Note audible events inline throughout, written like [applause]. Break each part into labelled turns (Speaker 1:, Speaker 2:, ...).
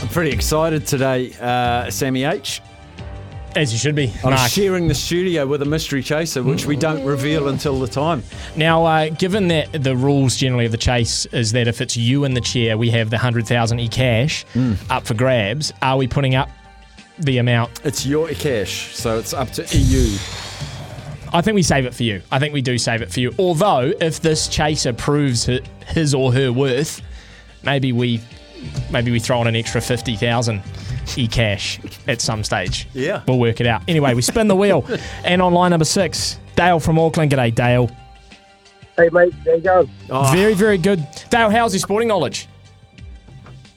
Speaker 1: I'm pretty excited today, uh, Sammy H.
Speaker 2: As you should be,
Speaker 1: I'm
Speaker 2: Mark.
Speaker 1: sharing the studio with a mystery chaser, which we don't reveal until the time.
Speaker 2: Now, uh, given that the rules generally of the chase is that if it's you in the chair, we have the 100,000 e cash up for grabs, are we putting up the amount?
Speaker 1: It's your cash, so it's up to E EU.
Speaker 2: I think we save it for you. I think we do save it for you. Although, if this chaser proves hi- his or her worth, maybe we maybe we throw in an extra 50,000 e cash at some stage.
Speaker 1: Yeah.
Speaker 2: We'll work it out. Anyway, we spin the wheel. and on line number six, Dale from Auckland. G'day, Dale.
Speaker 3: Hey mate, there you go.
Speaker 1: Oh,
Speaker 2: Very, very good. Dale, how's your sporting knowledge?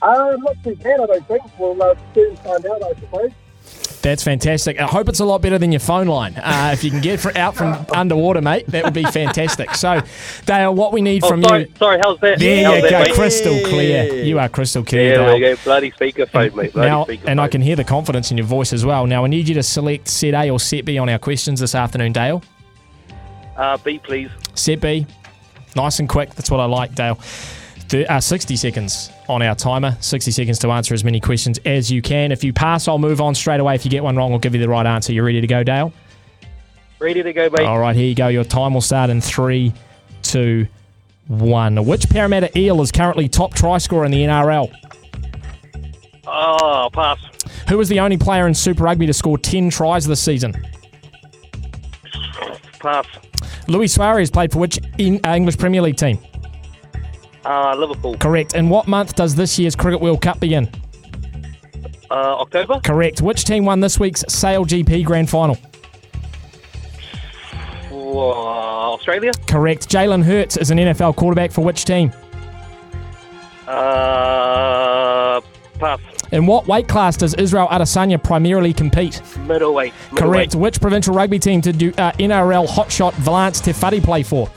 Speaker 3: Uh, not too bad, I don't think. We'll uh, soon find out, I suppose.
Speaker 2: That's fantastic. I hope it's a lot better than your phone line. Uh, if you can get fr- out
Speaker 3: [laughs]
Speaker 2: from underwater, mate, that would be fantastic. So, Dale, what we need from
Speaker 3: Oh, sorry,
Speaker 2: you.
Speaker 3: sorry, how's that?
Speaker 2: There
Speaker 3: how's
Speaker 2: you
Speaker 3: that,
Speaker 2: go,
Speaker 3: mate?
Speaker 2: crystal clear. You are crystal clear.
Speaker 3: There we
Speaker 2: Dale.
Speaker 3: go, bloody speakerphone, mate. Bloody
Speaker 2: Now,
Speaker 3: speakerphone.
Speaker 2: and I can hear the confidence in your voice as well. Now, I need you to select set A or set B on our questions this afternoon, Dale.
Speaker 3: Uh, B, please.
Speaker 2: Set B, nice and quick. That's what I like, Dale. Th- uh, 60 seconds on our timer. 60 seconds to answer as many questions as you can. If you pass, I'll move on straight away. If you get one wrong, I'll give you the right answer. You ready to go, Dale?
Speaker 3: Ready to go, mate.
Speaker 2: All right, here you go. Your time will start in three, two, one. Which Parramatta Eel is currently top try scorer in the NRL?
Speaker 3: Oh, pass.
Speaker 2: Who is the only player in Super Rugby to score 10 tries this season?
Speaker 3: Pass.
Speaker 2: Luis Suarez played for which in, uh, English Premier League team?
Speaker 3: Uh, Liverpool.
Speaker 2: Correct. In what month does this year's Cricket World Cup begin?
Speaker 3: Uh, October.
Speaker 2: Correct. Which team won this week's Sale GP Grand Final?
Speaker 3: Whoa, uh, Australia.
Speaker 2: Correct. Jalen Hurts is an NFL quarterback for which team?
Speaker 3: Uh, pass.
Speaker 2: In what weight class does Israel Adesanya primarily compete?
Speaker 3: Middleweight. middleweight.
Speaker 2: Correct. Which provincial rugby team did you, uh, NRL hotshot Valance Tefati play for?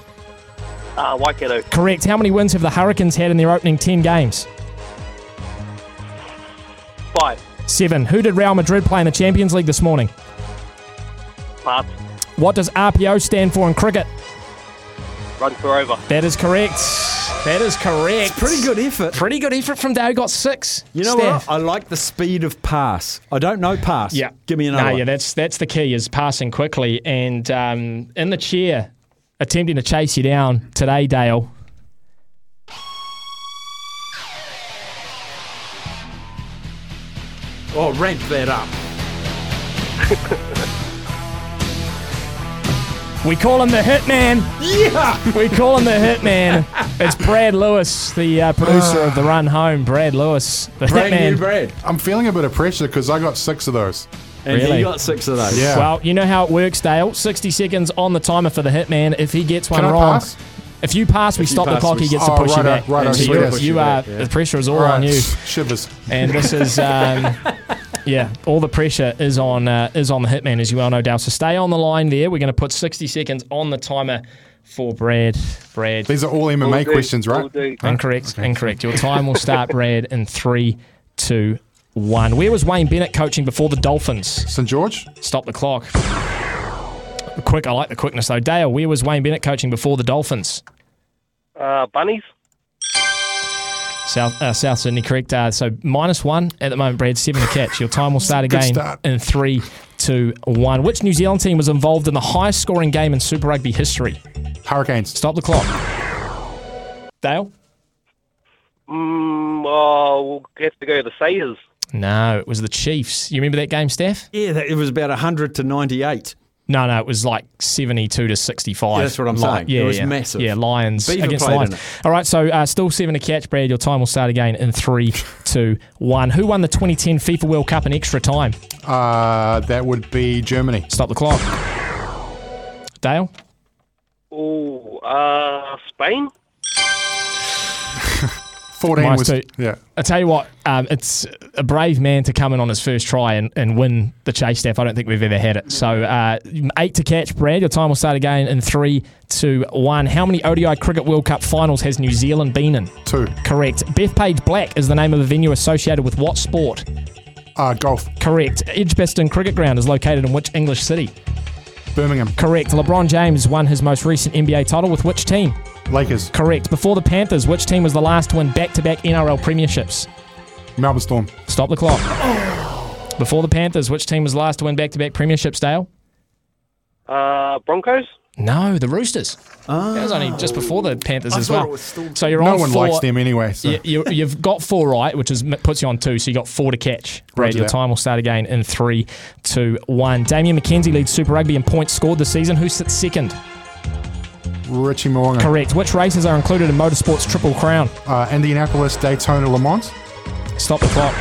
Speaker 3: Uh, Waikato.
Speaker 2: Correct. How many wins have the Hurricanes had in their opening 10 games?
Speaker 3: Five.
Speaker 2: Seven. Who did Real Madrid play in the Champions League this morning?
Speaker 3: Pass.
Speaker 2: What does RPO stand for in cricket?
Speaker 3: Run for over.
Speaker 2: That is correct. That is correct.
Speaker 1: pretty good effort.
Speaker 2: Pretty good effort from Dale. Got six.
Speaker 1: You know
Speaker 2: Steph.
Speaker 1: what? I like the speed of pass. I don't know pass.
Speaker 2: Yeah.
Speaker 1: Give me another
Speaker 2: No,
Speaker 1: one.
Speaker 2: yeah, that's that's the key is passing quickly and um, in the chair, attempting to chase you down today, Dale.
Speaker 1: Oh, ramp that up.
Speaker 2: We call him the Hitman.
Speaker 1: Yeah!
Speaker 2: We call him
Speaker 1: [laughs]
Speaker 2: the Hitman. It's Brad Lewis, the uh, producer of the Run Home. Brad Lewis, the
Speaker 1: Brand
Speaker 2: Hitman.
Speaker 1: new bread.
Speaker 4: I'm feeling a bit of pressure because I got six of those.
Speaker 1: And
Speaker 2: Really?
Speaker 1: you got six of those.
Speaker 4: Yeah.
Speaker 2: Well, you know how it works, Dale. 60 seconds on the timer for the hitman. If he gets one
Speaker 4: Can I
Speaker 2: wrong,
Speaker 4: pass?
Speaker 2: if you pass, we stop the
Speaker 1: pass,
Speaker 2: clock.
Speaker 1: we
Speaker 2: He gets
Speaker 4: stop.
Speaker 2: to
Speaker 4: Oh,
Speaker 2: push you
Speaker 4: righto,
Speaker 2: back.
Speaker 4: righto,
Speaker 2: So
Speaker 4: yes,
Speaker 2: you,
Speaker 4: yes.
Speaker 2: you are the pressure is all on you.
Speaker 4: Shivers.
Speaker 2: And this is, um, yeah, all the pressure is on uh, is on the hitman, as you well know, Dale. So stay on the line there. We're going to put 60 seconds on the timer for Brad. Brad,
Speaker 4: These are all MMA
Speaker 3: Will do,
Speaker 4: questions, right?
Speaker 3: will do.
Speaker 2: incorrect, incorrect. Your time will start, Brad, in three, two, one. Where was Wayne Bennett coaching before the Dolphins?
Speaker 4: St. George?
Speaker 2: Stop the clock. Quick, I like the quickness though. Dale, where was Wayne Bennett coaching before the Dolphins?
Speaker 3: Uh, bunnies.
Speaker 2: South uh, South Sydney, correct? Uh, so minus one at the moment, Brad. Seven to catch. Your time will start
Speaker 4: [laughs] Good
Speaker 2: again
Speaker 4: start.
Speaker 2: in three, two, one. Which New Zealand team was involved in the highest scoring game in Super Rugby history?
Speaker 4: Hurricanes.
Speaker 2: Stop the clock. Dale?
Speaker 3: Mm, oh, we'll have to go to the Sayers.
Speaker 2: No, it was the Chiefs. You remember that game, Steph?
Speaker 1: Yeah, that, it was about 100 to 98.
Speaker 2: No, no, it was like 72 to 65.
Speaker 1: Yeah, that's what I'm
Speaker 2: Li-
Speaker 1: saying.
Speaker 2: Yeah,
Speaker 1: It was
Speaker 2: yeah.
Speaker 1: massive.
Speaker 2: Yeah, Lions
Speaker 1: Beaver
Speaker 2: against
Speaker 1: played
Speaker 2: Lions.
Speaker 1: in it.
Speaker 2: All right, so uh, still seven to catch, Brad. Your time will start again in three, two, one. Who won the 2010 FIFA World Cup in extra time?
Speaker 4: Uh, that would be Germany.
Speaker 2: Stop the clock. Dale?
Speaker 3: Oh, uh, Spain?
Speaker 4: 14
Speaker 2: Minus
Speaker 4: was.
Speaker 2: two.
Speaker 4: Yeah.
Speaker 2: I tell you what, um, it's a brave man to come in on his first try and, and win the chase staff. I don't think we've ever had it. So uh, eight to catch, Brad. Your time will start again in three, two, one. How many ODI Cricket World Cup finals has New Zealand been in?
Speaker 4: Two.
Speaker 2: Correct. Bethpage Black is the name of a venue associated with what sport?
Speaker 4: Uh, golf.
Speaker 2: Correct. Edgbaston Cricket Ground is located in which English city?
Speaker 4: Birmingham.
Speaker 2: Correct. LeBron James won his most recent NBA title with which team?
Speaker 4: Lakers.
Speaker 2: Correct. Before the Panthers, which team was the last to win back-to-back NRL premierships?
Speaker 4: Melbourne Storm.
Speaker 2: Stop the clock. Before the Panthers, which team was the last to win back-to-back premierships, Dale?
Speaker 3: Uh, Broncos?
Speaker 2: No, the Roosters. That was only just before the Panthers as
Speaker 1: thought
Speaker 2: well.
Speaker 1: it was still-
Speaker 2: so you're
Speaker 4: No
Speaker 2: on
Speaker 4: one
Speaker 2: four.
Speaker 4: likes them anyway. So.
Speaker 2: you, you, you've got four right, which is puts you on two, so you got four to catch. Brad,
Speaker 4: Roger
Speaker 2: your
Speaker 4: that.
Speaker 2: time will start again in three, two, one. Damien McKenzie leads Super Rugby in points scored this season. Who sits
Speaker 4: [laughs]
Speaker 2: second?
Speaker 4: Richie Moonga.
Speaker 2: Correct. Which races are included in Motorsports Triple Crown?
Speaker 4: Uh, Indianapolis, Daytona, Le Mans.
Speaker 2: Stop the clock.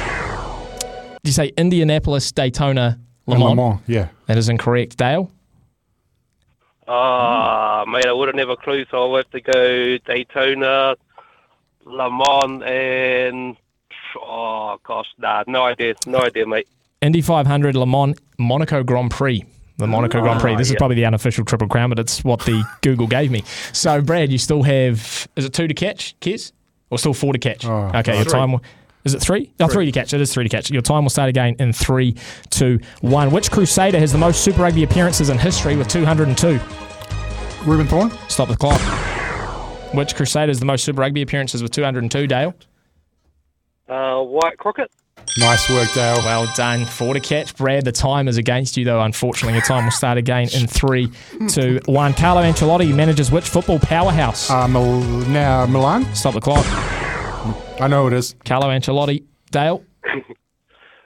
Speaker 2: Did you say Indianapolis, Daytona, Le
Speaker 4: And Le
Speaker 2: Mans?
Speaker 4: Mans. Yeah.
Speaker 2: That is incorrect. Dale? Hmm.
Speaker 3: Ah, mate, I wouldn't have a clue, so I'll have to go Daytona, Le Mans, and. Oh, gosh, nah, no idea. No idea, mate.
Speaker 2: Indy 500, Le Mans, Monaco Grand Prix. The Monaco Grand
Speaker 4: Ah,
Speaker 2: Prix. This is probably the unofficial Triple Crown, but it's what
Speaker 4: [laughs]
Speaker 2: the Google gave me. So, Brad, you still have, is it two to catch, Kez? Or still four to catch?
Speaker 4: Oh,
Speaker 2: okay, your time will, is it three? Oh, three to catch. It is three to catch. Your time will start again in three, two, one. Which Crusader has the most Super Rugby appearances in history with 202?
Speaker 4: Ruben Thorne.
Speaker 2: Stop the clock. Which Crusader has the most Super Rugby appearances with 202, Dale?
Speaker 3: Uh, White Crockett?
Speaker 4: Nice work, Dale.
Speaker 2: Well done. Four to catch, Brad. The time is against you, though, unfortunately. Your time will start again in three, two, one. Carlo Ancelotti manages which football powerhouse?
Speaker 4: Uh, Mil- now, Milan.
Speaker 2: Stop the clock.
Speaker 4: I know it is.
Speaker 2: Carlo Ancelotti, Dale?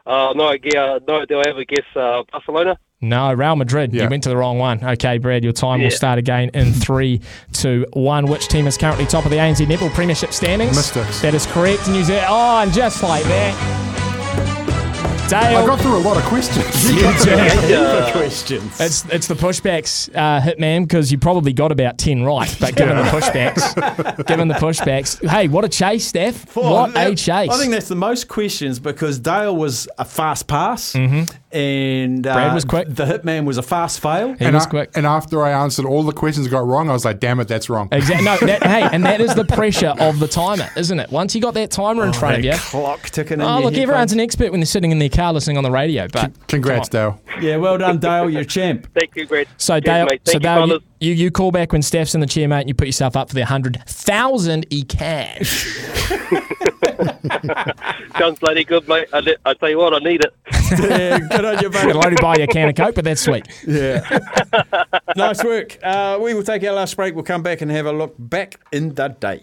Speaker 3: Uh, no idea. No idea. I ever guess uh, Barcelona?
Speaker 2: No, Real Madrid.
Speaker 4: Yeah.
Speaker 2: You went to the wrong one. Okay, Brad, your time will
Speaker 3: Yeah.
Speaker 2: start again in three, two, one. Which team is currently top of the ANZ Netball Premiership standings?
Speaker 4: Mystics.
Speaker 2: That is correct. New Zealand. Oh, and just like that.
Speaker 4: I
Speaker 2: Dale.
Speaker 4: got through a lot of questions.
Speaker 1: Deeper [laughs] questions.
Speaker 2: It's it's the pushbacks, uh, Hitman, because you probably got about ten right, but given the [laughs] pushbacks, given the pushbacks, hey, what a chase, Steph! what
Speaker 1: that-
Speaker 2: a chase!
Speaker 1: I think that's the most questions because Dale was a fast pass and uh,
Speaker 2: Mm-hmm. Brad was quick.
Speaker 1: The hitman was a fast fail.
Speaker 2: he
Speaker 4: and,
Speaker 2: was
Speaker 4: I-
Speaker 2: quick.
Speaker 4: and after I answered all the questions I got wrong, I was like, damn it, that's wrong.
Speaker 2: Exactly. No, that, hey, and that is the pressure of the timer, isn't it? Once you got that timer in front of
Speaker 1: That
Speaker 2: you.
Speaker 1: Clock ticking. in
Speaker 2: Oh,
Speaker 1: your
Speaker 2: look, everyone's
Speaker 1: headphones.
Speaker 2: an expert when they're sitting in their car listening on the radio. But
Speaker 4: Congrats,
Speaker 2: come on.
Speaker 4: Dale.
Speaker 1: Yeah, well done, Dale. You're a
Speaker 2: [laughs]
Speaker 1: champ.
Speaker 3: Thank you, Greg.
Speaker 2: So
Speaker 3: Cheers,
Speaker 2: Dale,
Speaker 3: mate.
Speaker 2: so
Speaker 3: Thank you,
Speaker 2: Dale, you,
Speaker 3: fellas.
Speaker 2: you, you call back when Steph's in the chair, mate, and you put yourself up for the hundred thousand e cash.
Speaker 3: Sounds bloody good, mate. I, li- I tell you what, I need it.
Speaker 1: Yeah, good on you, mate.
Speaker 2: It'll only buy you a can of coke, but that's sweet.
Speaker 1: Yeah. [laughs] nice work. Uh, we will take our last break. We'll come back and have a look back in the day.